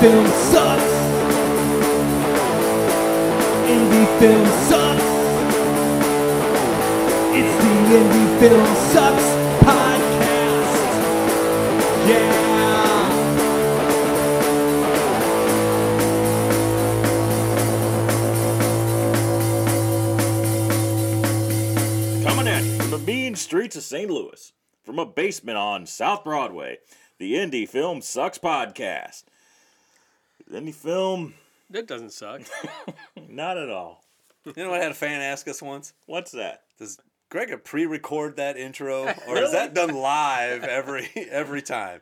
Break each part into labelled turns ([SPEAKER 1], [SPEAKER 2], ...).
[SPEAKER 1] film sucks. Indie film sucks. It's the Indie Film Sucks podcast. Yeah.
[SPEAKER 2] Coming at you from the mean streets of St. Louis, from a basement on South Broadway, the Indie Film Sucks podcast. Indie film,
[SPEAKER 3] That doesn't suck.
[SPEAKER 2] not at all.
[SPEAKER 4] You know, I had a fan ask us once.
[SPEAKER 2] What's that?
[SPEAKER 4] Does Greg pre-record that intro, or is that done live every every time?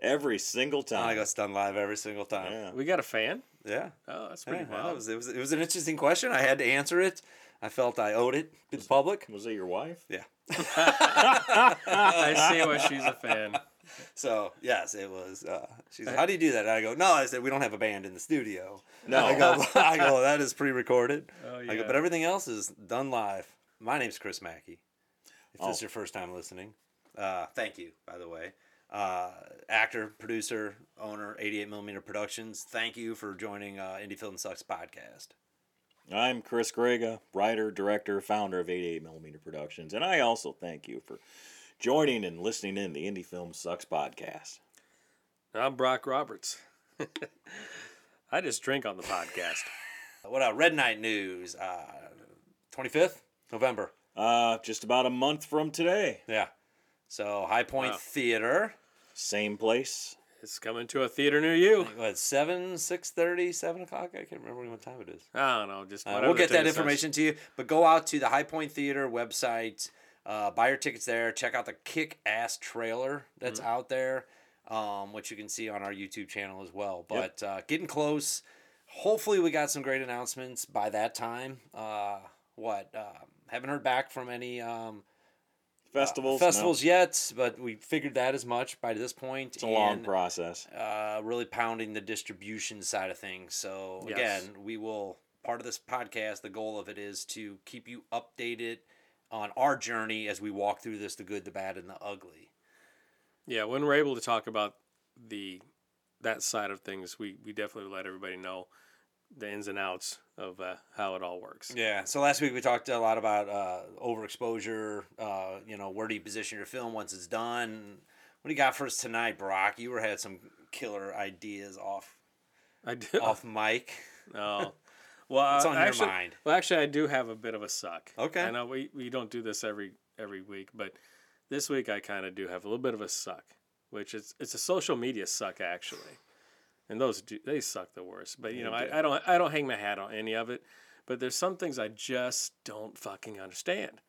[SPEAKER 2] Every single
[SPEAKER 4] I
[SPEAKER 2] time.
[SPEAKER 4] think it's done live every single time.
[SPEAKER 2] Yeah.
[SPEAKER 3] we got a fan.
[SPEAKER 4] Yeah, yeah.
[SPEAKER 3] Oh, that's pretty
[SPEAKER 4] yeah, that
[SPEAKER 3] wild.
[SPEAKER 4] was, it was it was an interesting question. I had to answer it. I felt I owed it to the public.
[SPEAKER 2] Was it your wife?
[SPEAKER 4] Yeah.
[SPEAKER 3] I see why she's a fan.
[SPEAKER 4] So yes, it was. Uh, she's like, how do you do that? And I go, no. I said we don't have a band in the studio.
[SPEAKER 2] No.
[SPEAKER 4] I go, I go that is pre-recorded.
[SPEAKER 3] Oh,
[SPEAKER 4] I
[SPEAKER 3] yeah.
[SPEAKER 4] go, but everything else is done live. My name's Chris Mackey. If this
[SPEAKER 2] Oh.
[SPEAKER 4] is your first time listening, uh, thank you, by the way. Uh, actor, producer, owner, 88 Millimeter Productions, thank you for joining uh, Indie Film Sucks podcast.
[SPEAKER 2] I'm Chris Grega, writer, director, founder of 88mm Productions, and I also thank you for joining and listening in the Indie Film Sucks podcast.
[SPEAKER 3] I'm Brock Roberts. I just drink on the podcast.
[SPEAKER 4] What uh, Red Night News, uh, 25th November.
[SPEAKER 2] Uh, just about a month from today,
[SPEAKER 4] Yeah. So High Point
[SPEAKER 3] Wow.
[SPEAKER 4] Theater,
[SPEAKER 2] same place.
[SPEAKER 4] Uh,
[SPEAKER 3] It's coming to a theater near you.
[SPEAKER 4] what, 7, 6.30, 7 o'clock? I can't remember what time it is.
[SPEAKER 3] I don't know. Just
[SPEAKER 4] Uh,
[SPEAKER 3] whatever
[SPEAKER 4] we'll
[SPEAKER 3] the
[SPEAKER 4] get that
[SPEAKER 3] ticket says.
[SPEAKER 4] information to you. But go out to the High Point Theater website, uh, buy your tickets there. Check out the kick ass trailer that's
[SPEAKER 2] Mm-hmm.
[SPEAKER 4] out there, um, which you can see on our YouTube channel as well. But uh, getting close. Hopefully, we got some great announcements by that time. Uh, what? Uh, haven't heard back from any um,
[SPEAKER 2] Festivals. no.
[SPEAKER 4] festivals yet, but we figured that as much by this point.
[SPEAKER 2] It's a long
[SPEAKER 4] and,
[SPEAKER 2] process.
[SPEAKER 4] uh, really pounding the distribution side of things. So
[SPEAKER 3] Yes.
[SPEAKER 4] again, we will part of this podcast. The goal of it is to keep you updated on our journey as we walk through this, the good, the bad, and the ugly.
[SPEAKER 3] Yeah, when we're able to talk about the that side of things, we we definitely let everybody know the ins and outs of uh, how it all works.
[SPEAKER 4] Yeah. So last week we talked a lot about uh, overexposure. Uh, you know, where do you position your film once it's done? What do you got for us tonight, Brock? You were had some killer ideas off
[SPEAKER 3] I do.
[SPEAKER 4] off mic.
[SPEAKER 3] No. Well,
[SPEAKER 4] It's
[SPEAKER 3] uh,
[SPEAKER 4] on your
[SPEAKER 3] actually-
[SPEAKER 4] mind.
[SPEAKER 3] Well, actually, I do have a bit of a suck.
[SPEAKER 4] Okay.
[SPEAKER 3] I know we, we don't do this every every week, but this week I kind of do have a little bit of a suck, which is it's a social media suck actually, and those do, they suck the worst. But you know, I, I don't I don't hang my hat on any of it, but there's some things I just don't fucking understand.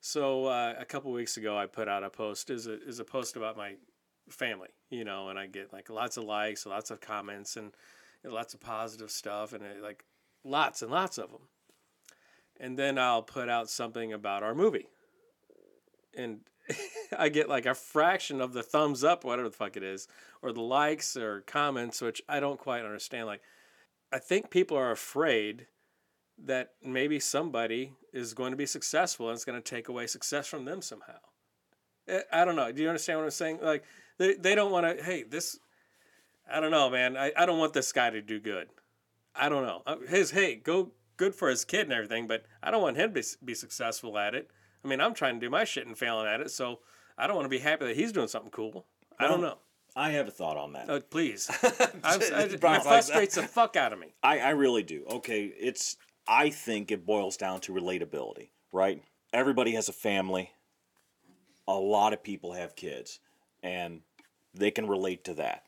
[SPEAKER 3] So uh, a couple weeks ago, I put out a post is a is a post about my family, you know, and I get like lots of likes, lots of comments, and lots of positive stuff, and it, like lots and lots of them. And then I'll put out something about our movie, and I get like a fraction of the thumbs up, whatever the fuck it is, or the likes or comments, which I don't quite understand. Like, I think people are afraid that maybe somebody is going to be successful and it's going to take away success from them somehow. I- I don't know. Do you understand what I'm saying? Like, they, they don't want to, hey, this, I don't know, man. I, I don't want this guy to do good. I don't know. Uh, His, hey, go good for his kid and everything, but I don't want him to be, s- be successful at it. I mean, I'm trying to do my shit and failing at it, so I don't want to be happy that he's doing something cool. I don't know.
[SPEAKER 2] I have a thought on that.
[SPEAKER 3] Uh, please. I'm, s- I, it
[SPEAKER 4] Brock likes that.
[SPEAKER 3] frustrates the fuck out of me.
[SPEAKER 2] I, I really do. Okay, it's I think it boils down to relatability, right? Everybody has a family. A lot of people have kids and they can relate to that.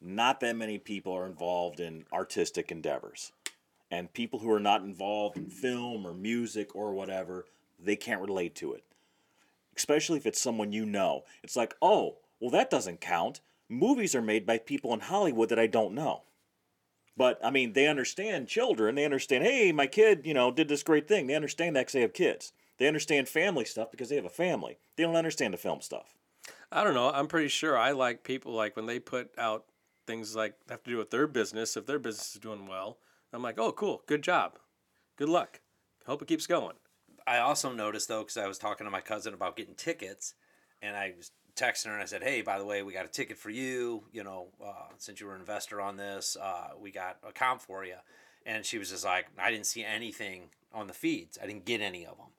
[SPEAKER 2] Not that many people are involved in artistic endeavors. And people who are not involved in film or music or whatever, they can't relate to it. Especially if it's someone you know. It's like, "Oh, well that doesn't count. Movies are made by people in Hollywood that I don't know." But I mean, they understand children. They understand, hey, my kid, you know, did this great thing. They understand that because they have kids. They understand family stuff because they have a family. They don't understand the film stuff.
[SPEAKER 3] I don't know. I'm pretty sure I like people like when they put out things like have to do with their business. If their business is doing well, I'm like, oh, cool, good job, good luck. Hope it keeps going.
[SPEAKER 4] I also noticed though, because I was talking to my cousin about getting tickets, and I was texting her and I said, "Hey, by the way, we got a ticket for you. You know, uh, since you were an investor on this, uh, we got a comp for you." And she was just like, "I didn't see anything on the feeds. I didn't get any of them."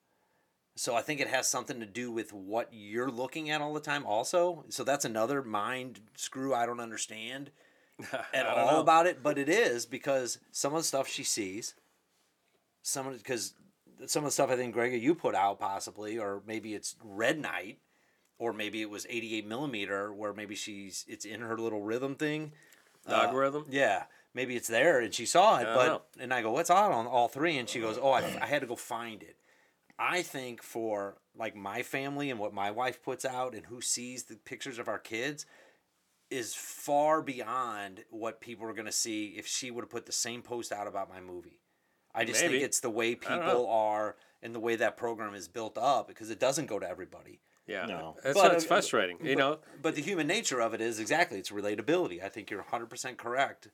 [SPEAKER 4] So I think it has something to do with what you're looking at all the time, also. So that's another mind screw I don't understand at
[SPEAKER 3] I don't
[SPEAKER 4] all
[SPEAKER 3] know.
[SPEAKER 4] about it, but it is because some of the stuff she sees, some of because some of the stuff I think Gregor you put out possibly, or maybe it's Red Knight, or maybe it was 88 millimeter, where maybe she's it's in her little rhythm thing. Uh,
[SPEAKER 3] The algorithm.
[SPEAKER 4] Yeah, maybe it's there, and she saw it,
[SPEAKER 3] I
[SPEAKER 4] but
[SPEAKER 3] don't
[SPEAKER 4] and I go, what's odd on all three? And she goes, oh, I, I had to go find it. I think for like my family and what my wife puts out and who sees the pictures of our kids is far beyond what people are going to see if she would have put the same post out about my movie. I just think
[SPEAKER 3] Maybe.
[SPEAKER 4] it's the way
[SPEAKER 3] don't know.
[SPEAKER 4] people are and the way that program is built up because it doesn't go to everybody.
[SPEAKER 3] Yeah.
[SPEAKER 2] No.
[SPEAKER 3] That's
[SPEAKER 4] But- uh,
[SPEAKER 3] why it's frustrating. you know,
[SPEAKER 4] But the human nature of it is exactly it's relatability. I think you're 100% correct.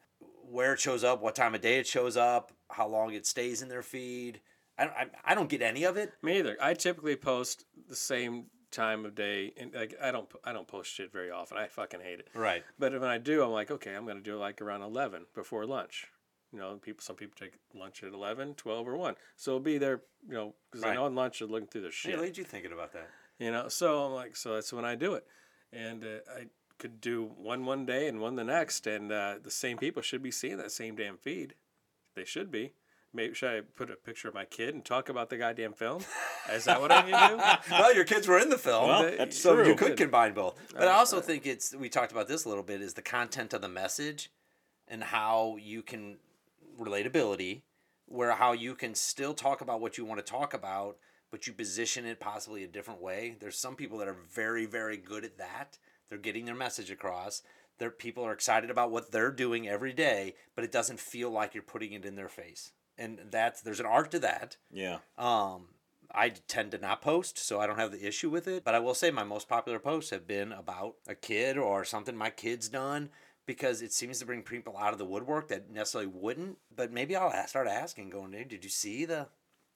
[SPEAKER 4] Where it shows up, what time of day it shows up, how long it stays in their feed. I, I, I don't get any of it.
[SPEAKER 3] me either. I typically post the same time of day, and like I don't I don't post shit very often. I fucking hate it.
[SPEAKER 4] Right.
[SPEAKER 3] But when I do, I'm like, okay, I'm gonna do it like around eleven before lunch. You know, people. Some people take lunch at 11, 12, or one. So it'll be there. You know, because I
[SPEAKER 4] Right.
[SPEAKER 3] know at lunch they're looking through their shit.
[SPEAKER 4] Hey, what did you thinking about that?
[SPEAKER 3] You know, so I'm like, so that's when I do it, and uh, I could do one one day and one the next, and uh, the same people should be seeing that same damn feed. They should be. Maybe should I put a picture of my kid and talk about the goddamn film? Is that what I need to do?
[SPEAKER 4] well, your kids were in the film.
[SPEAKER 2] Well,
[SPEAKER 3] They-
[SPEAKER 2] that's
[SPEAKER 4] so you
[SPEAKER 2] true.
[SPEAKER 4] could combine both. But I also think it's we talked about this a little bit is the content of the message and how you can relatability where how you can still talk about what you want to talk about but you position it possibly a different way. There's some people that are very very good at that. They're getting their message across. Their people are excited about what they're doing every day, but it doesn't feel like you're putting it in their face. And that's there's an art to that.
[SPEAKER 2] Yeah.
[SPEAKER 4] Um, I tend to not post, so I don't have the issue with it. But I will say my most popular posts have been about a kid or something my kid's done because it seems to bring people out of the woodwork that necessarily wouldn't. But maybe I'll a- start asking, going, hey, did you see the.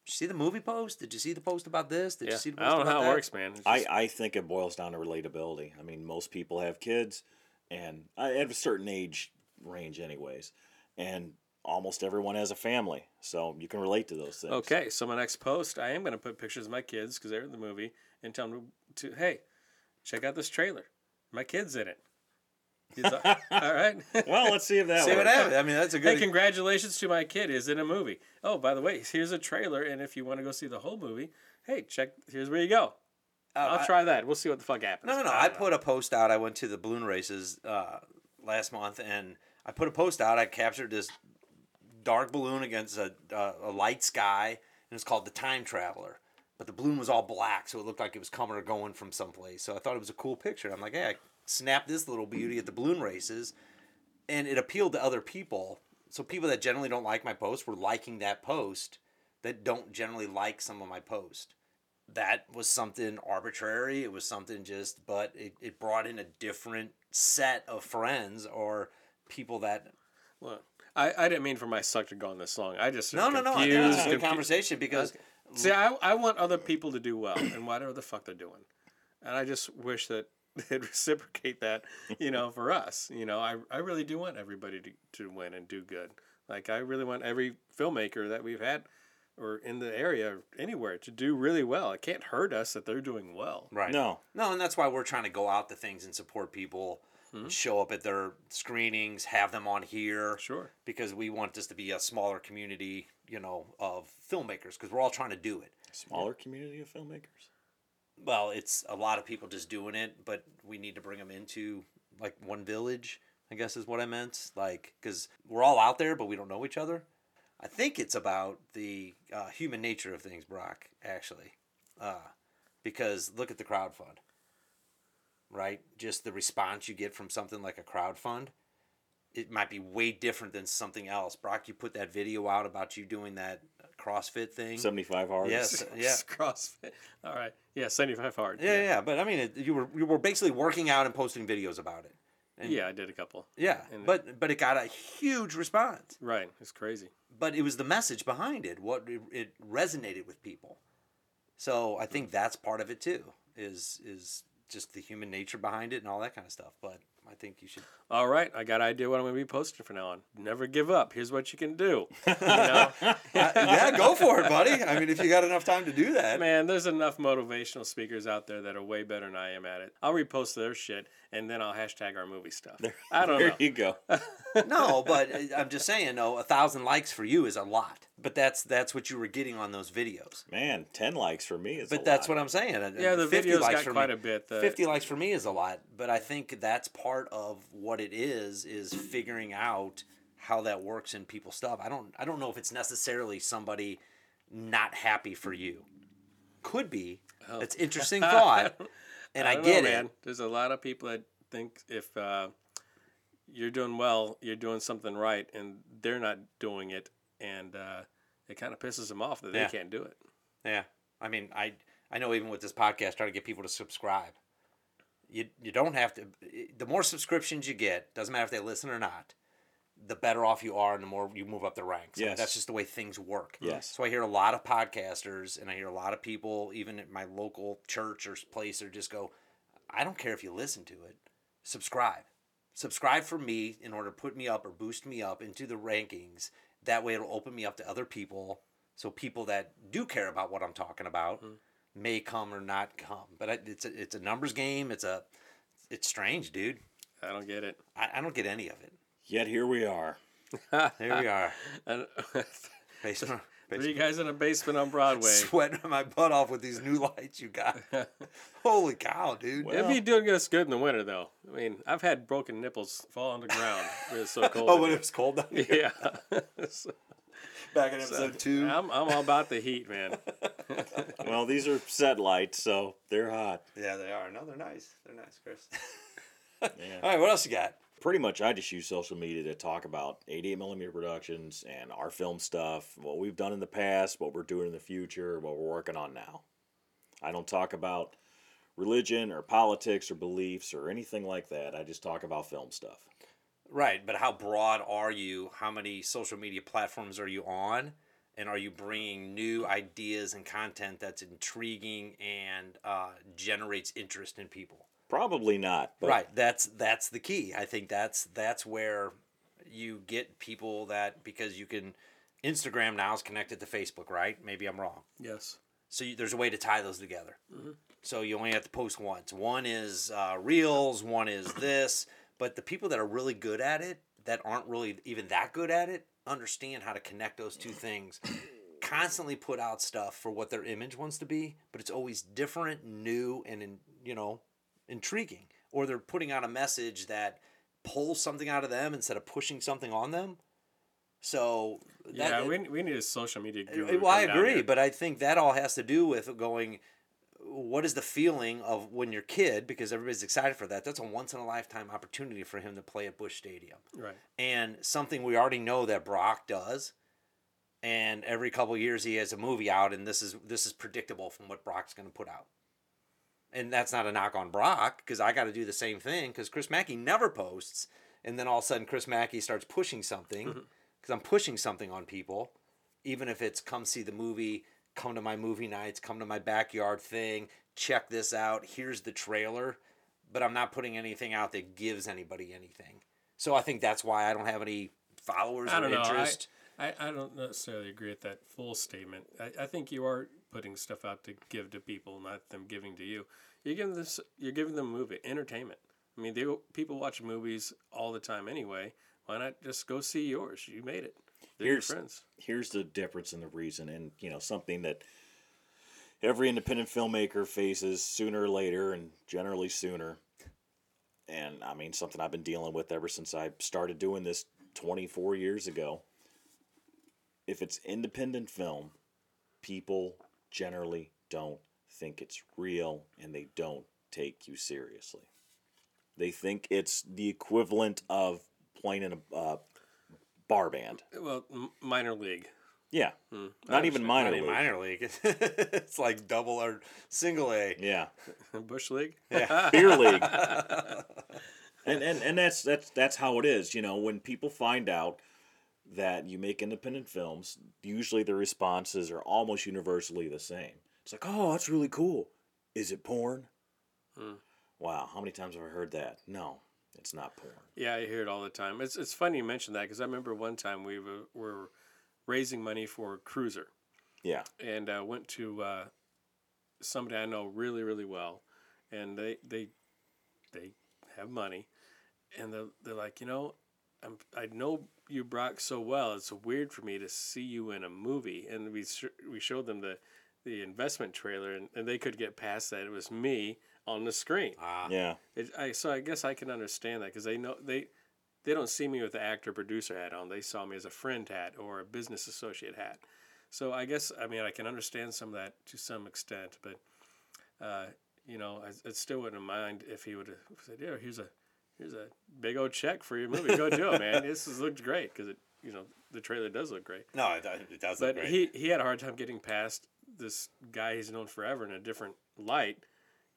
[SPEAKER 4] did you See the movie post? Did you see the post about this? Did
[SPEAKER 3] Yeah,
[SPEAKER 4] you see the post
[SPEAKER 3] I don't know
[SPEAKER 4] about
[SPEAKER 3] how it
[SPEAKER 4] that?
[SPEAKER 3] works, man. It's
[SPEAKER 2] I,
[SPEAKER 3] just-
[SPEAKER 2] I think it boils down to relatability. I mean, most people have kids, and uh, at a certain age range, anyways, and almost everyone has a family, so you can relate to those things.
[SPEAKER 3] okay, so my next post, I am going to put pictures of my kids because they're in the movie and tell them to, hey, check out this trailer. My kid's in it. He's like, all right.
[SPEAKER 2] Well, let's see if that
[SPEAKER 4] See what
[SPEAKER 2] works.
[SPEAKER 4] happens. I mean, that's a
[SPEAKER 3] Hey,
[SPEAKER 4] good.
[SPEAKER 3] congratulations to my kid is in a movie. Oh, by the way, here's a trailer, and if you want to go see the whole movie, hey, check. Here's where you go. I'll
[SPEAKER 4] Oh, I-
[SPEAKER 3] try that. We'll see what the fuck happens.
[SPEAKER 4] No, no, no.
[SPEAKER 3] don't
[SPEAKER 4] I
[SPEAKER 3] know.
[SPEAKER 4] put a post out. I went to the balloon races uh, last month, and I put a post out. I captured this dark balloon against a, uh, a light sky, and it's called the Time Traveler. But the balloon was all black, so it looked like it was coming or going from someplace. So I thought it was a cool picture. I'm like, hey, I snapped this little beauty at the balloon races, and it appealed to other people. So people that generally don't like my post were liking that post that don't generally like some of my posts that was something arbitrary. It was something just, but it, it brought in a different set of friends or people that.
[SPEAKER 3] Look, I, I didn't mean for my suck to go on this long. I just
[SPEAKER 4] No,
[SPEAKER 3] am
[SPEAKER 4] no, no. I think
[SPEAKER 3] confused,
[SPEAKER 4] that's a good
[SPEAKER 3] confu-
[SPEAKER 4] conversation because
[SPEAKER 3] See, I, I want other people to do well, and whatever the fuck they're doing, and I just wish that they'd reciprocate that, you know, for us. You know, I, I really do want everybody to, to win and do good. Like I really want every filmmaker that we've had, or in the area, or anywhere, to do really well. It can't hurt us that they're doing well.
[SPEAKER 4] right.
[SPEAKER 2] No,
[SPEAKER 4] No, and that's why we're trying to go out to things and support people,
[SPEAKER 3] Hmm.
[SPEAKER 4] show up at their screenings, have them on here.
[SPEAKER 3] Sure.
[SPEAKER 4] Because we want this to be a smaller community, you know, of filmmakers because we're all trying to do it.
[SPEAKER 2] smaller community of filmmakers.
[SPEAKER 4] well, it's a lot of people just doing it, but we need to bring them into like one village, I guess is what I meant. Like, because we're all out there, but we don't know each other. I think it's about the uh, human nature of things, Brock, actually. Uh, because look at the crowd fund, right? Just the response you get from something like a crowd fund. It might be way different than something else. Brock, you put that video out about you doing that CrossFit thing.
[SPEAKER 2] Seventy-five artists.
[SPEAKER 4] yes, yeah.
[SPEAKER 3] CrossFit. All right. Yeah, seventy five hard.
[SPEAKER 4] Yeah, yeah, but I mean, it, you were you were basically working out and posting videos about it.
[SPEAKER 3] yeah. Yeah, I did a couple.
[SPEAKER 4] Yeah,
[SPEAKER 3] And-
[SPEAKER 4] but but it got a huge response.
[SPEAKER 3] Right. It's crazy.
[SPEAKER 4] But it was the message behind it. What it, Mm. it resonated with people. So I think that's part of it too. Is is just the human nature behind it and all that kind of stuff. But I think you should.
[SPEAKER 3] All right, I got an idea what I'm going to be posting from now on. Never give up. Here's what you can do. You know?
[SPEAKER 4] I- yeah, go for it, buddy. I mean, if you got enough time to do that.
[SPEAKER 3] Man, there's enough motivational speakers out there that are way better than I am at it. I'll repost their shit and then I'll hashtag our movie stuff. I don't
[SPEAKER 2] there
[SPEAKER 3] know.
[SPEAKER 2] you go.
[SPEAKER 4] No, but I- I'm just saying, no, a thousand likes for you is a lot. But that's that's what you were getting on those videos.
[SPEAKER 2] Man, ten likes for me is.
[SPEAKER 4] But that's what I'm saying.
[SPEAKER 3] Yeah, the
[SPEAKER 4] 50
[SPEAKER 3] videos
[SPEAKER 4] likes
[SPEAKER 3] got
[SPEAKER 4] for
[SPEAKER 3] quite
[SPEAKER 4] me-
[SPEAKER 3] a bit. The,
[SPEAKER 4] 50 likes for me is a lot, but I think that's part of what it is is figuring out how that works in people's stuff. I don't I don't know if it's necessarily somebody not happy for you. Could be. It's interesting thought. And I,
[SPEAKER 3] Oh. don't
[SPEAKER 4] get
[SPEAKER 3] know,
[SPEAKER 4] it.
[SPEAKER 3] man. There's a lot of people that think if uh, you're doing well, you're doing something right, and they're not doing it, and uh, it kind of pisses them off that
[SPEAKER 4] Yeah.
[SPEAKER 3] they can't do it.
[SPEAKER 4] Yeah. I mean, I I know even with this podcast trying to get people to subscribe. You you don't have to the more subscriptions you get, doesn't matter if they listen or not, the better off you are and the more you move up the ranks. I mean,
[SPEAKER 2] Yes.
[SPEAKER 4] that's just the way things work.
[SPEAKER 2] Yes.
[SPEAKER 4] So I hear a lot of podcasters and I hear a lot of people even at my local church or place or just go, I don't care if you listen to it. Subscribe. Subscribe for me in order to put me up or boost me up into the rankings. That way it'll open me up to other people. So people that do care about what I'm talking about may come or not come. But I- it's a, it's a numbers game. It's a it's strange, dude.
[SPEAKER 3] I don't get it.
[SPEAKER 4] I, I don't get any of it.
[SPEAKER 2] Yet here we are.
[SPEAKER 4] There we are.
[SPEAKER 3] And
[SPEAKER 4] Basement,
[SPEAKER 3] three guys in a basement on Broadway.
[SPEAKER 4] sweating my butt off with these new lights you got. Holy cow, dude.
[SPEAKER 3] It'd be doing us good in the winter, though. I mean, I've had broken nipples fall on the ground. It was so cold.
[SPEAKER 4] Oh, when it was cold down here,
[SPEAKER 3] yeah,
[SPEAKER 4] back in episode two.
[SPEAKER 3] I'm, I'm all about the heat, man.
[SPEAKER 2] Well, these are set lights, so they're hot.
[SPEAKER 4] Yeah, they are. No, they're nice. They're nice, Chris.
[SPEAKER 2] Yeah.
[SPEAKER 4] All right, what else you got?
[SPEAKER 2] pretty much I just use social media to talk about 88 millimeter productions and our film stuff, what we've done in the past, what we're doing in the future, what we're working on now. I don't talk about religion or politics or beliefs or anything like that. I just talk about film stuff.
[SPEAKER 4] Right, but how broad are you? How many social media platforms are you on? And are you bringing new ideas and content that's intriguing and uh, generates interest in people?
[SPEAKER 2] Probably not, but
[SPEAKER 4] right, that's that's the key. I think that's that's where you get people that because you can Instagram now is connected to Facebook, right? Maybe I'm wrong.
[SPEAKER 3] Yes.
[SPEAKER 4] So you, there's a way to tie those together. So you only have to post once. One is uh, reels, one is this. But the people that are really good at it, that aren't really even that good at it, understand how to connect those two things. Constantly put out stuff for what their image wants to be, but it's always different, new, and in, you know, intriguing. Or they're putting out a message that pulls something out of them instead of pushing something on them. So
[SPEAKER 3] Yeah, we, we need a social media guru. to
[SPEAKER 4] well, I
[SPEAKER 3] come down
[SPEAKER 4] agree,
[SPEAKER 3] here.
[SPEAKER 4] but I think that all has to do with going. What is the feeling of when your kid? Because everybody's excited for that. That's a once in a lifetime opportunity for him to play at Bush Stadium,
[SPEAKER 3] right.
[SPEAKER 4] and something we already know that Brock does. And every couple of years he has a movie out, and this is this is predictable from what Brock's going to put out. And that's not a knock on Brock because I got to do the same thing because Chris Mackey never posts, and then all of a sudden Chris Mackey starts pushing something
[SPEAKER 3] Mm-hmm.
[SPEAKER 4] because I'm pushing something on people even if it's come see the movie, come to my movie nights, come to my backyard thing, check this out, here's the trailer, but I'm not putting anything out that gives anybody anything. So I think that's why I don't have any followers
[SPEAKER 3] I
[SPEAKER 4] or
[SPEAKER 3] don't know. I,
[SPEAKER 4] interest.
[SPEAKER 3] I, I don't necessarily agree with that full statement. I, I think you are putting stuff out to give to people, not them giving to you. You're giving this. You're giving them movie entertainment. I mean, they people watch movies all the time anyway. Why not just go see yours? You made it. They're
[SPEAKER 2] Here's-
[SPEAKER 3] your friends.
[SPEAKER 2] here's the difference in the reason and you know something that every independent filmmaker faces sooner or later and generally sooner and i mean something i've been dealing with ever since i started doing this 24 years ago if it's independent film people generally don't think it's real and they don't take you seriously they think it's the equivalent of playing in a uh, bar band
[SPEAKER 3] Well, m- minor league. Hmm.
[SPEAKER 2] yeah.
[SPEAKER 3] Oh,
[SPEAKER 2] Not even minor
[SPEAKER 4] Not in
[SPEAKER 2] league.
[SPEAKER 4] minor league. it's like double or single A.
[SPEAKER 2] Yeah.
[SPEAKER 3] Bush league.
[SPEAKER 2] Beer league. and, and and that's that's that's how it is, you know, when people find out that you make independent films, usually the responses are almost universally the same. It's like, "Oh, that's really cool. Is it porn?" Wow, how many times have I heard that? No, it's not porn.
[SPEAKER 3] Yeah, I hear it all the time. It's it's funny you mention that because I remember one time we were, were raising money for a cruiser
[SPEAKER 2] Yeah.
[SPEAKER 3] and uh, went to uh, somebody I know really really well, and they they they have money, and they're, they're like you know, I'm, I know you Brock so well. It's weird for me to see you in a movie, and we sh- we showed them the the investment trailer, and, and they could get past that. It was me on the screen.
[SPEAKER 4] Ah,
[SPEAKER 2] Yeah.
[SPEAKER 3] It, I so I guess I can understand that because they know they they don't see me with the actor producer hat on. They saw me as a friend hat or a business associate hat. So I guess I mean I can understand some of that to some extent, but uh, you know I, it still wouldn't mind if he would have said, "Yeah, here's a here's a big old check for your movie. Go do it, man. This has looked great because it you know the trailer does look great."
[SPEAKER 4] no, it, it does look
[SPEAKER 3] But
[SPEAKER 4] great.
[SPEAKER 3] he he had a hard time getting past this guy he's known forever in a different light,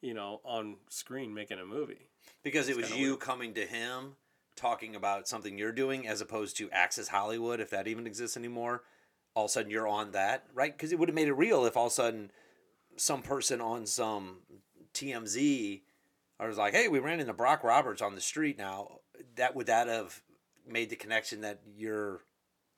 [SPEAKER 3] you know, on screen making a movie.
[SPEAKER 4] because it was you coming to him talking about something you're doing as opposed to Access Hollywood, if that even exists anymore. All of a sudden, you're on that, right? Because it would have made it real if all of a sudden some person on some TMZ I was like, hey, we ran into Brock Roberts on the street now. That would that have made the connection that you're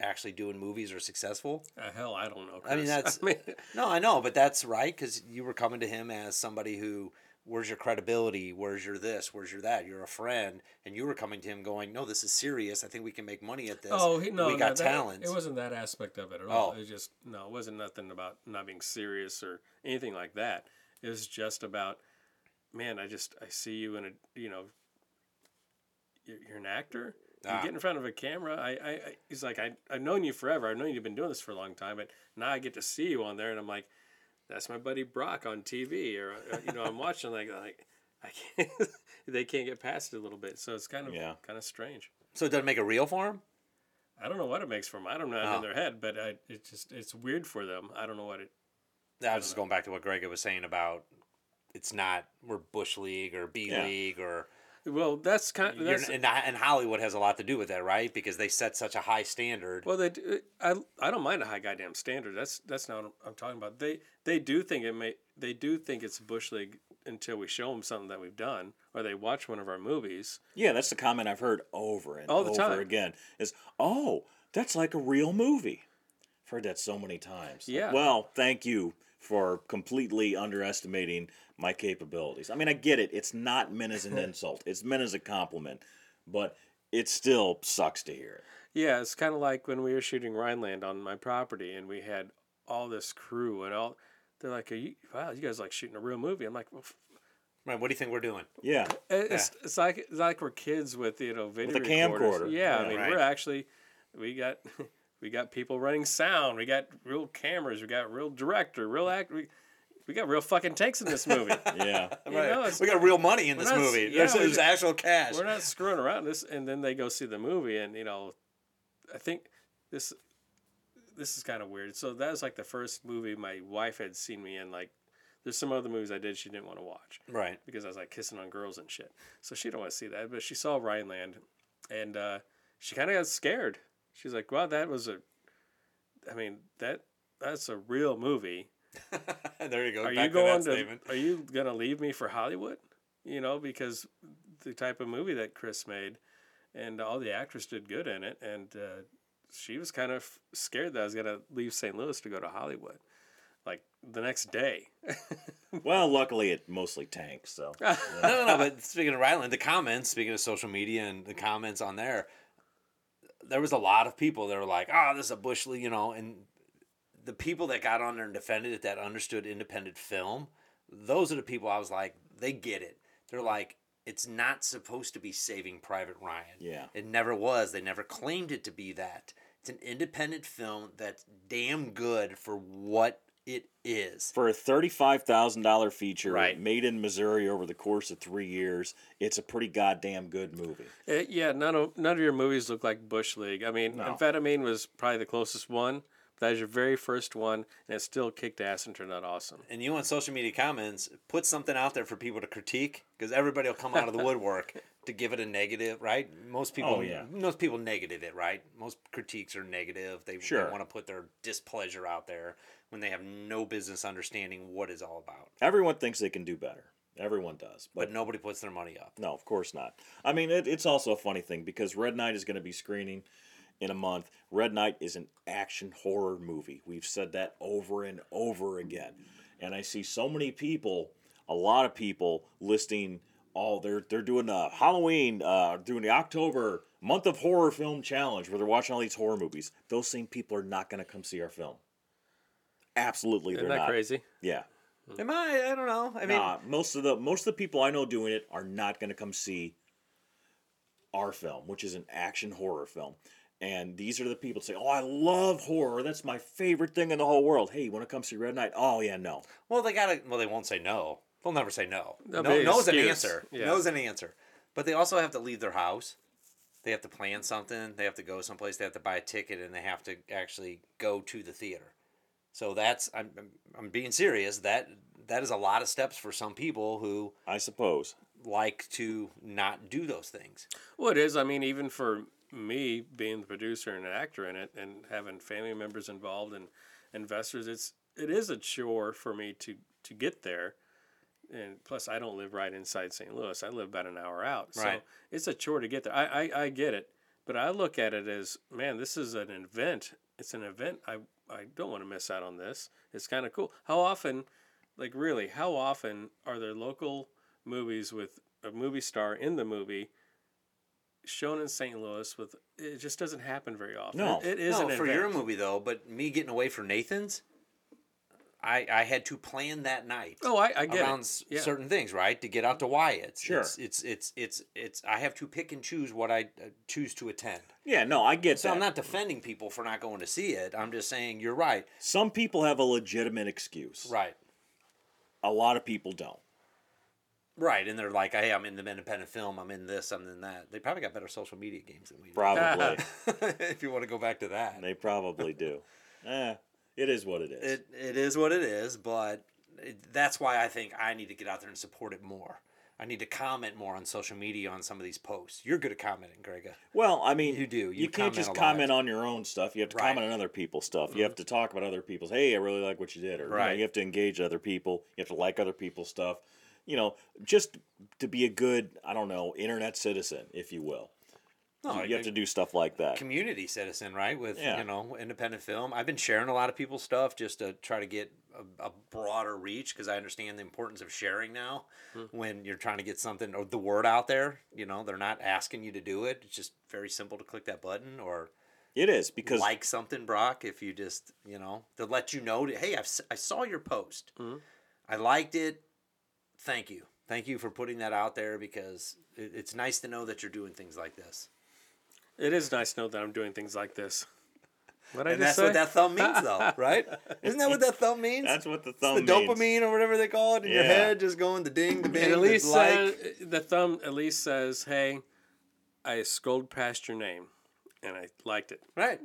[SPEAKER 4] actually doing movies or successful?
[SPEAKER 3] Uh, hell, I don't know. Chris.
[SPEAKER 4] I mean, that's
[SPEAKER 3] I mean,
[SPEAKER 4] no, I know, but that's right because you were coming to him as somebody who, where's your credibility? Where's your this? Where's your that? You're a friend, and you were coming to him going, no, this is serious. I think we can make money at this.
[SPEAKER 3] oh he, no,
[SPEAKER 4] we
[SPEAKER 3] no,
[SPEAKER 4] got
[SPEAKER 3] that-
[SPEAKER 4] talent.
[SPEAKER 3] It wasn't that aspect of it at all.
[SPEAKER 4] Oh.
[SPEAKER 3] It was just no, it wasn't nothing about not being serious or anything like that. It was just about, man, I just I see you in a you know. You're you're an actor.
[SPEAKER 4] Ah.
[SPEAKER 3] You get in front of a camera. I, I, I he's like, I, I've known you forever. I've known you've been doing this for a long time, but now I get to see you on there, and I'm like, that's my buddy Brock on TV, or uh, you know, I'm watching like, like I can't, they can't get past it a little bit, so it's kind of
[SPEAKER 2] Yeah.
[SPEAKER 3] kind of strange.
[SPEAKER 4] so it doesn't make it real for him.
[SPEAKER 3] I don't know what it makes for them. I don't know
[SPEAKER 4] Oh.
[SPEAKER 3] in their head, but I, it just it's weird for them. I don't know what it.
[SPEAKER 4] I was just going back to what Greg was saying about it's not we're bush league or B
[SPEAKER 2] Yeah.
[SPEAKER 4] league or
[SPEAKER 3] Well, that's kind.
[SPEAKER 4] you're,
[SPEAKER 3] That's,
[SPEAKER 4] and, and Hollywood has a lot to do with that, right? Because they set such a high standard.
[SPEAKER 3] well, they. do- I I don't mind a high goddamn standard. That's that's not what I'm talking about. They they do think it may. They do think it's bush league until we show them something that we've done, or they watch one of our movies.
[SPEAKER 2] Yeah, that's the comment I've heard over and
[SPEAKER 3] All the
[SPEAKER 2] over
[SPEAKER 3] time.
[SPEAKER 2] again. Is oh, that's like a real movie. I've heard that so many times. Like,
[SPEAKER 3] Yeah.
[SPEAKER 2] well, thank you for completely underestimating my capabilities. I mean, I get it. It's not meant as an insult. It's meant as a compliment, but it still sucks to hear it.
[SPEAKER 3] Yeah, it's kind of like when we were shooting Rhineland on my property, and we had all this crew and all. They're like, Are you, "Wow, you guys like shooting a real movie." I'm like, "Well, f-
[SPEAKER 4] right? What do you think we're doing?
[SPEAKER 2] Yeah.
[SPEAKER 3] It- It's, it's like it's like we're kids with you know video
[SPEAKER 2] a
[SPEAKER 3] recorders.
[SPEAKER 2] camcorder.
[SPEAKER 3] Yeah,
[SPEAKER 2] Yeah.
[SPEAKER 3] I mean
[SPEAKER 4] Right.
[SPEAKER 3] we're actually we got we got people running sound. We got real cameras. We got real director. Real act. We, we got real fucking takes in this movie.
[SPEAKER 2] Yeah.
[SPEAKER 3] You know, it's-
[SPEAKER 4] we got real money in this
[SPEAKER 3] not s-
[SPEAKER 4] movie.
[SPEAKER 3] yeah,
[SPEAKER 4] there's
[SPEAKER 3] we
[SPEAKER 4] there's
[SPEAKER 3] d-
[SPEAKER 4] actual cash.
[SPEAKER 3] we're not screwing around. This and then they go see the movie, and you know, I think this this is kind of weird. So that was like the first movie my wife had seen me in. Like, there's some other movies I did she didn't want to watch.
[SPEAKER 4] Right.
[SPEAKER 3] because I was like kissing on girls and shit. So she didn't want to see that, but she saw Rhineland, and uh, she kind of got scared. She's like, "Wow, that was a, I mean that that's a real movie.
[SPEAKER 4] there you go.
[SPEAKER 3] Are you
[SPEAKER 4] Back to that
[SPEAKER 3] going to?
[SPEAKER 4] statement.
[SPEAKER 3] Are you gonna leave me for Hollywood? You know, because the type of movie that Chris made, and all the actors did good in it, and uh, she was kind of scared that I was gonna leave St. Louis to go to Hollywood, like the next day.
[SPEAKER 2] Well, luckily it mostly tanks. So
[SPEAKER 4] No, no, no. But speaking of Ryland, the comments, speaking of social media and the comments on there, there was a lot of people that were like, oh, this is a Bush League, you know. And the people that got on there and defended it, that understood independent film, those are the people I was like, they get it. They're like, it's not supposed to be saving Private Ryan.
[SPEAKER 2] Yeah.
[SPEAKER 4] It never was. They never claimed it to be that. It's an independent film that's damn good for what it is.
[SPEAKER 2] for a thirty-five thousand dollar feature
[SPEAKER 4] Right.
[SPEAKER 2] made in Missouri over the course of three years, it's a pretty goddamn good movie.
[SPEAKER 3] Uh, yeah, none of none of your movies look like Bush League. I mean, Amphetamine was probably the closest one. That was your very first one, and it still kicked ass and turned out awesome.
[SPEAKER 4] and you on social media comments, put something out there for people to critique because everybody will come out of the woodwork to give it a negative, right? Most people,
[SPEAKER 2] Oh, yeah.
[SPEAKER 4] most people negative it, right? Most critiques are negative. They,
[SPEAKER 2] Sure.
[SPEAKER 4] they want to put their displeasure out there when they have no business understanding what it's all about.
[SPEAKER 2] Everyone thinks they can do better. Everyone does, but
[SPEAKER 4] but nobody puts their money up.
[SPEAKER 2] No, of course not. I mean, it, it's also a funny thing because Red Knight is going to be screening in a month. Red Knight is an action horror movie. We've said that over and over again. And I see so many people, a lot of people listing, oh, they're they're doing the Halloween, uh, doing the October month of horror film challenge where they're watching all these horror movies. Those same people are not going to come see our film. Absolutely,
[SPEAKER 3] Isn't
[SPEAKER 2] they're
[SPEAKER 3] that
[SPEAKER 2] not.
[SPEAKER 3] crazy?
[SPEAKER 2] Yeah. Mm.
[SPEAKER 4] Am I? I don't know. I mean,
[SPEAKER 2] Nah, most of the most of the people I know doing it are not going to come see our film, which is an action horror film. And these are the people that say, "Oh, I love horror. That's my favorite thing in the whole world." Hey, you want to come see Red Knight? Oh yeah, no.
[SPEAKER 4] well, they gotta. Well, they won't say no. They'll never say no. No,
[SPEAKER 3] That'd be an
[SPEAKER 4] no's an
[SPEAKER 3] excuse.
[SPEAKER 4] answer.
[SPEAKER 3] Yeah.
[SPEAKER 4] No's an answer. But they also have to leave their house. They have to plan something. They have to go someplace. They have to buy a ticket, and they have to actually go to the theater. So that's I'm I'm, I'm being serious. That that is a lot of steps for some people who
[SPEAKER 2] I suppose.
[SPEAKER 4] like to not do those things.
[SPEAKER 3] Well, it is. I mean, even for me being the producer and an actor in it, and having family members involved and investors, it's it is a chore for me to to get there. And plus, I don't live right inside St. Louis. I live about an hour out, so
[SPEAKER 4] Right.
[SPEAKER 3] it's a chore to get there. I, I I get it, but I look at it as man, this is an event. It's an event. I I don't want to miss out on this. It's kind of cool. How often, like really, how often are there local movies with a movie star in the movie shown in St. Louis with it just doesn't happen very often.
[SPEAKER 2] No.
[SPEAKER 3] It- it is
[SPEAKER 4] no,
[SPEAKER 3] an
[SPEAKER 4] for
[SPEAKER 3] event.
[SPEAKER 4] your movie though, but me getting away from Nathan's, I I had to plan that night.
[SPEAKER 3] Oh, I, I get
[SPEAKER 4] around
[SPEAKER 3] it.
[SPEAKER 4] s
[SPEAKER 3] Yeah.
[SPEAKER 4] certain things, right? To get out to Wyatt's.
[SPEAKER 2] Sure.
[SPEAKER 4] It's, it's it's it's it's I have to pick and choose what I uh, choose to attend.
[SPEAKER 2] Yeah, no, I get
[SPEAKER 4] So
[SPEAKER 2] that.
[SPEAKER 4] I'm not defending people for not going to see it. I'm just saying you're right.
[SPEAKER 2] Some people have a legitimate excuse.
[SPEAKER 4] Right.
[SPEAKER 2] A lot of people don't.
[SPEAKER 4] Right, and they're like, "Hey, I'm in the independent film. I'm in this. I'm in that." They probably got better social media games than we do.
[SPEAKER 2] Probably.
[SPEAKER 4] if you want to go back to that,
[SPEAKER 2] they probably do. Eh, it is what it is.
[SPEAKER 4] it it is what it is, but it, that's why I think I need to get out there and support it more. I need to comment more on social media on some of these posts. You're good at commenting, Grega.
[SPEAKER 2] Well, I mean,
[SPEAKER 4] You do. You
[SPEAKER 2] You, can't
[SPEAKER 4] comment
[SPEAKER 2] just
[SPEAKER 4] a lot.
[SPEAKER 2] comment on your own stuff. You have to
[SPEAKER 4] Right. Mm-hmm.
[SPEAKER 2] comment on other people's stuff. You have to talk about other people's. Hey, I really like what you did. Or you know, you,
[SPEAKER 4] Right.
[SPEAKER 2] have to engage other people. You have to like other people's stuff. You know, just to be a good, I don't know, internet citizen, if you will.
[SPEAKER 3] Oh,
[SPEAKER 2] you you have to do stuff like that.
[SPEAKER 4] community citizen, right? With
[SPEAKER 2] Yeah.
[SPEAKER 4] you know independent film. I've been sharing a lot of people's stuff just to try to get a, a broader reach because I understand the importance of sharing now. When you're trying to get something or the word out there, you know they're not asking you to do it. It's just very simple to click that button or
[SPEAKER 2] It is because
[SPEAKER 4] like something, Brock. If you just you know to let you know, to, hey, I've, s- I saw your post. I liked it. Thank you. Thank you for putting that out there because it, it's nice to know that you're doing things like this.
[SPEAKER 3] It is nice to know that I'm doing things like this. What I
[SPEAKER 4] And
[SPEAKER 3] just
[SPEAKER 4] that's
[SPEAKER 3] say?
[SPEAKER 4] what that thumb means, though, right? Isn't that what that thumb means?
[SPEAKER 2] that's what the
[SPEAKER 4] the
[SPEAKER 2] thumb. means.
[SPEAKER 4] dopamine or whatever they call it in your
[SPEAKER 2] Yeah.
[SPEAKER 4] head, just going the ding, the bing,
[SPEAKER 3] And
[SPEAKER 4] the
[SPEAKER 3] at least
[SPEAKER 4] like.
[SPEAKER 3] uh, the thumb at least says, "Hey, I scrolled past your name, and I liked it."
[SPEAKER 4] right.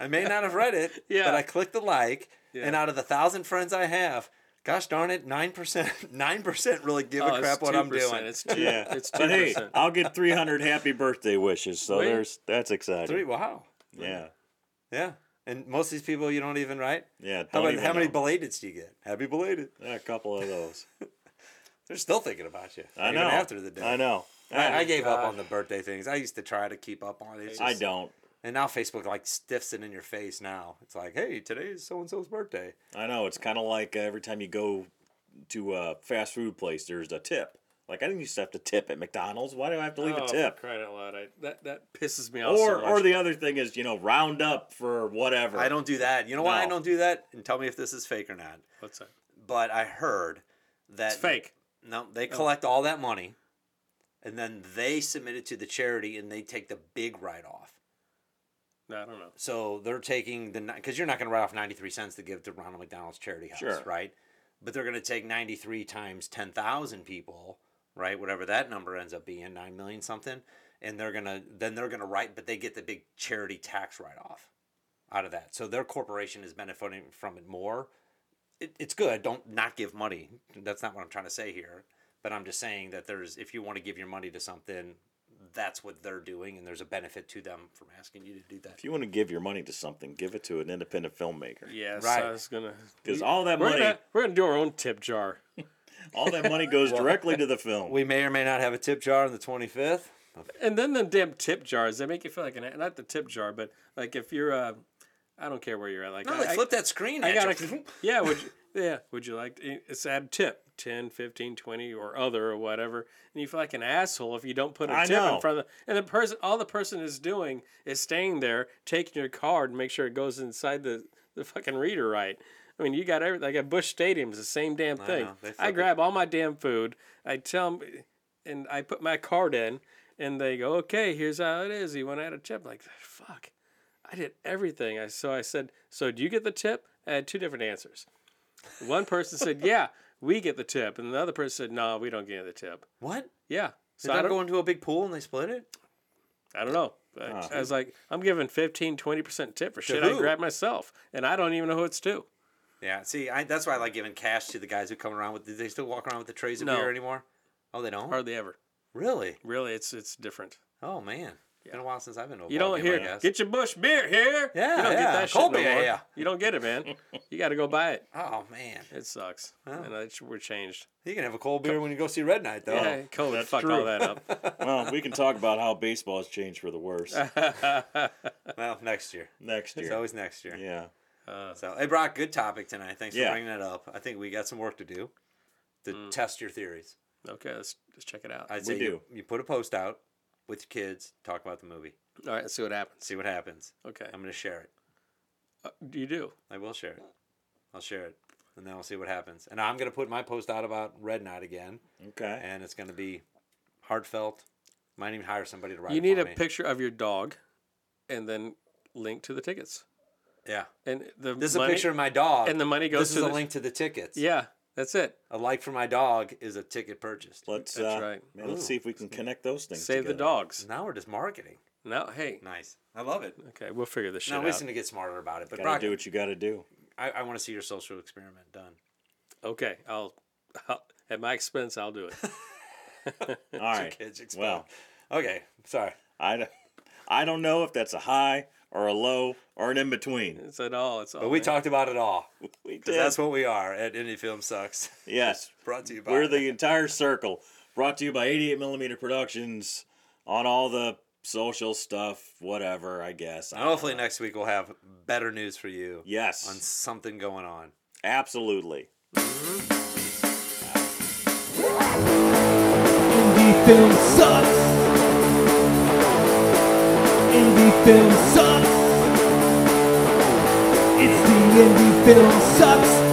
[SPEAKER 4] I may not have read it,
[SPEAKER 3] Yeah.
[SPEAKER 4] but I clicked the like, and
[SPEAKER 3] Yeah.
[SPEAKER 4] out of the thousand friends I have, gosh darn it, nine percent, nine percent really give
[SPEAKER 3] Oh,
[SPEAKER 4] a
[SPEAKER 3] it's
[SPEAKER 4] crap what I'm
[SPEAKER 3] 2%.
[SPEAKER 4] doing.
[SPEAKER 3] It's two,
[SPEAKER 2] Yeah,
[SPEAKER 3] it's two
[SPEAKER 2] but hey,
[SPEAKER 3] percent.
[SPEAKER 2] I'll get 300 happy birthday wishes. So
[SPEAKER 3] Wait.
[SPEAKER 2] there's that's exciting.
[SPEAKER 4] three. Wow.
[SPEAKER 2] Yeah,
[SPEAKER 4] Yeah. And most of these people you don't even write.
[SPEAKER 2] yeah.
[SPEAKER 4] How,
[SPEAKER 2] don't
[SPEAKER 4] about,
[SPEAKER 2] even
[SPEAKER 4] how many
[SPEAKER 2] know.
[SPEAKER 4] belateds do you get? Happy belated.
[SPEAKER 2] Yeah, a couple of those.
[SPEAKER 4] They're still thinking about you.
[SPEAKER 2] I
[SPEAKER 4] even
[SPEAKER 2] know.
[SPEAKER 4] After the day.
[SPEAKER 2] I know. Uh,
[SPEAKER 4] I, I gave up
[SPEAKER 3] God.
[SPEAKER 4] on the birthday things. I used to try to keep up on it. It's
[SPEAKER 2] I
[SPEAKER 4] just-
[SPEAKER 2] don't.
[SPEAKER 4] And now Facebook like stiffs it in your face. Now it's like, hey, today is so and so's birthday.
[SPEAKER 2] I know it's kind of like uh, every time you go to a fast food place, there's a tip. Like I didn't used to have to tip at McDonald's. Why do I have to leave
[SPEAKER 3] Oh,
[SPEAKER 2] a
[SPEAKER 3] for
[SPEAKER 2] tip?
[SPEAKER 3] Crying out loud! I, that that pisses me off. so
[SPEAKER 2] Or
[SPEAKER 3] much.
[SPEAKER 2] or the other thing is you know round up for whatever.
[SPEAKER 4] I don't do that. You know why I
[SPEAKER 2] No.
[SPEAKER 4] don't do that? And tell me if this is fake or not.
[SPEAKER 3] what's that?
[SPEAKER 4] But I heard that
[SPEAKER 3] It's fake. Oh.
[SPEAKER 4] No, they collect all that money, and then they submit it to the charity, and they take the big write off.
[SPEAKER 3] No, I don't know.
[SPEAKER 4] So they're taking the because you're not going to write off ninety three cents to give to Ronald McDonald's charity house,
[SPEAKER 2] Sure.
[SPEAKER 4] right? But they're going to take ninety three times ten thousand people, right? Whatever that number ends up being, nine million something, and they're gonna then they're going to write, but they get the big charity tax write off out of that. So their corporation is benefiting from it more. It, it's good. Don't not give money. That's not what I'm trying to say here. But I'm just saying that there's if you want to give your money to something, that's what they're doing, and there's a benefit to them from asking you to do that.
[SPEAKER 2] If you want to give your money to something, give it to an independent filmmaker.
[SPEAKER 3] Yes,
[SPEAKER 4] Right.
[SPEAKER 3] I was gonna.
[SPEAKER 2] Because all that
[SPEAKER 3] we're
[SPEAKER 2] money,
[SPEAKER 3] gonna we're gonna do our own tip jar.
[SPEAKER 2] All that money goes directly to the film.
[SPEAKER 4] We may or may not have a tip jar on the 25th.
[SPEAKER 3] And then the damn tip jars, they make you feel like an not the tip jar, but like if you're uh I don't care where you're at. Like
[SPEAKER 4] No,
[SPEAKER 3] I,
[SPEAKER 4] they
[SPEAKER 3] I-
[SPEAKER 4] flip that screen.
[SPEAKER 3] I
[SPEAKER 4] at
[SPEAKER 3] got
[SPEAKER 4] you.
[SPEAKER 3] to Yeah, would you, yeah, would you like to, it's add tip 10, 15, 20 or other or whatever. And you feel like an asshole if you don't put a
[SPEAKER 2] I
[SPEAKER 3] tip
[SPEAKER 2] know.
[SPEAKER 3] in front of the and the person all the person is doing is staying there, taking your card and make sure it goes inside the the fucking reader right. I mean, you got every like at Bush Stadium's the same damn thing.
[SPEAKER 4] know, they
[SPEAKER 3] I,
[SPEAKER 4] flip it.
[SPEAKER 3] grab all my damn food. I tell them and I put my card in and they go, "Okay, here's how it is. You want to add a tip?" Like, fuck. I did everything. I so I said, so do you get the tip? I had two different answers. One person said, yeah, we get the tip, and the other person said, no, we don't get the tip.
[SPEAKER 4] What?
[SPEAKER 3] Yeah, so
[SPEAKER 4] Did
[SPEAKER 3] I
[SPEAKER 4] I
[SPEAKER 3] don't,
[SPEAKER 4] go into a big pool and they split it?
[SPEAKER 3] I don't know. I, I was like, I'm giving 15, 20 percent tip for shit I
[SPEAKER 4] who?
[SPEAKER 3] grabbed myself, and I don't even know who it's to.
[SPEAKER 4] Yeah. See, I, that's why I like giving cash to the guys who come around with. Do they still walk around with the trays of
[SPEAKER 3] No.
[SPEAKER 4] beer anymore? Oh, they don't.
[SPEAKER 3] Hardly ever.
[SPEAKER 4] really?
[SPEAKER 3] Really, it's it's different.
[SPEAKER 4] Oh man. It's Been a while since I've been to a
[SPEAKER 3] You
[SPEAKER 4] ball
[SPEAKER 3] don't
[SPEAKER 4] game, I
[SPEAKER 3] hear.
[SPEAKER 4] guess.
[SPEAKER 3] Get your Bush beer here.
[SPEAKER 4] Yeah,
[SPEAKER 3] you don't
[SPEAKER 4] yeah,
[SPEAKER 3] get that shit
[SPEAKER 4] cold
[SPEAKER 3] no
[SPEAKER 4] beer,
[SPEAKER 3] more.
[SPEAKER 4] yeah.
[SPEAKER 3] You don't get it, man. You got to go buy it.
[SPEAKER 4] Oh man,
[SPEAKER 3] It sucks,
[SPEAKER 4] Oh.
[SPEAKER 3] and it's, we're changed.
[SPEAKER 4] you can have a cold beer when you go see Red Knight, though.
[SPEAKER 3] yeah, COVID
[SPEAKER 2] that's
[SPEAKER 3] fucked
[SPEAKER 2] true.
[SPEAKER 3] all that up.
[SPEAKER 2] Well, we can talk about how baseball has changed for the worse
[SPEAKER 4] Well, next year.
[SPEAKER 2] next
[SPEAKER 4] It's
[SPEAKER 2] year.
[SPEAKER 4] always next year.
[SPEAKER 2] Yeah.
[SPEAKER 4] So, hey, Brock, good topic tonight. Thanks
[SPEAKER 2] Yeah.
[SPEAKER 4] for bringing that up. I think we got some work to do to test your theories.
[SPEAKER 3] Okay, let's, let's check it out.
[SPEAKER 4] I'd
[SPEAKER 2] We
[SPEAKER 4] say you-
[SPEAKER 2] do.
[SPEAKER 4] You, put a post out with your kids, talk about the movie,
[SPEAKER 3] All right, let's see what happens.
[SPEAKER 4] see what happens.
[SPEAKER 3] Okay,
[SPEAKER 4] I'm going to share it.
[SPEAKER 3] Uh, you do.
[SPEAKER 4] I will share it. I'll share it. And then we'll see what happens. And I'm going to put my post out about Red Knot again.
[SPEAKER 2] Okay.
[SPEAKER 4] And it's going to be heartfelt. Might even hire somebody to write
[SPEAKER 3] You
[SPEAKER 4] it
[SPEAKER 3] need
[SPEAKER 4] for
[SPEAKER 3] a
[SPEAKER 4] me.
[SPEAKER 3] picture of your dog, and then link to the tickets.
[SPEAKER 4] Yeah.
[SPEAKER 3] And the
[SPEAKER 4] This is
[SPEAKER 3] money,
[SPEAKER 4] a picture of my dog.
[SPEAKER 3] and the money goes
[SPEAKER 4] This
[SPEAKER 3] to
[SPEAKER 4] is a
[SPEAKER 3] the-
[SPEAKER 4] link to the tickets.
[SPEAKER 3] Yeah, that's it.
[SPEAKER 4] A like for my dog is a ticket purchased.
[SPEAKER 2] Let's uh,
[SPEAKER 3] That's right.
[SPEAKER 2] man, let's
[SPEAKER 4] Ooh.
[SPEAKER 2] see if we can connect those things.
[SPEAKER 3] Save the
[SPEAKER 2] together.
[SPEAKER 3] dogs.
[SPEAKER 4] Now we're just marketing.
[SPEAKER 3] No, hey.
[SPEAKER 4] Nice. I love it.
[SPEAKER 3] Okay, we'll figure this shit
[SPEAKER 4] Now
[SPEAKER 3] out.
[SPEAKER 4] we just need to get smarter about it. But
[SPEAKER 2] Gotta
[SPEAKER 4] Brock,
[SPEAKER 2] do what you gotta do.
[SPEAKER 4] I, I want to see your social experiment done.
[SPEAKER 3] Okay, I'll, I'll at my expense I'll do it.
[SPEAKER 2] All right.
[SPEAKER 4] Kids experiment.
[SPEAKER 2] Well,
[SPEAKER 4] okay. Sorry.
[SPEAKER 2] I, don't- I don't know if that's a high or a low or an in between.
[SPEAKER 3] It's at all. It's all.
[SPEAKER 4] But we
[SPEAKER 3] man.
[SPEAKER 4] talked about it all.
[SPEAKER 2] We did.
[SPEAKER 4] Because Uh, that's what we are at Indie Film Sucks.
[SPEAKER 2] yes.
[SPEAKER 4] Brought to you by
[SPEAKER 2] We're the entire circle. Brought to you by 88 Millimeter Productions on all the social stuff, whatever, I guess. I don't
[SPEAKER 4] Hopefully
[SPEAKER 2] know.
[SPEAKER 4] next week we'll have better news for you on
[SPEAKER 2] Yes.
[SPEAKER 4] something going on.
[SPEAKER 2] Absolutely.
[SPEAKER 1] Indie film sucks. Indie film sucks. It's the Indie Film Sucks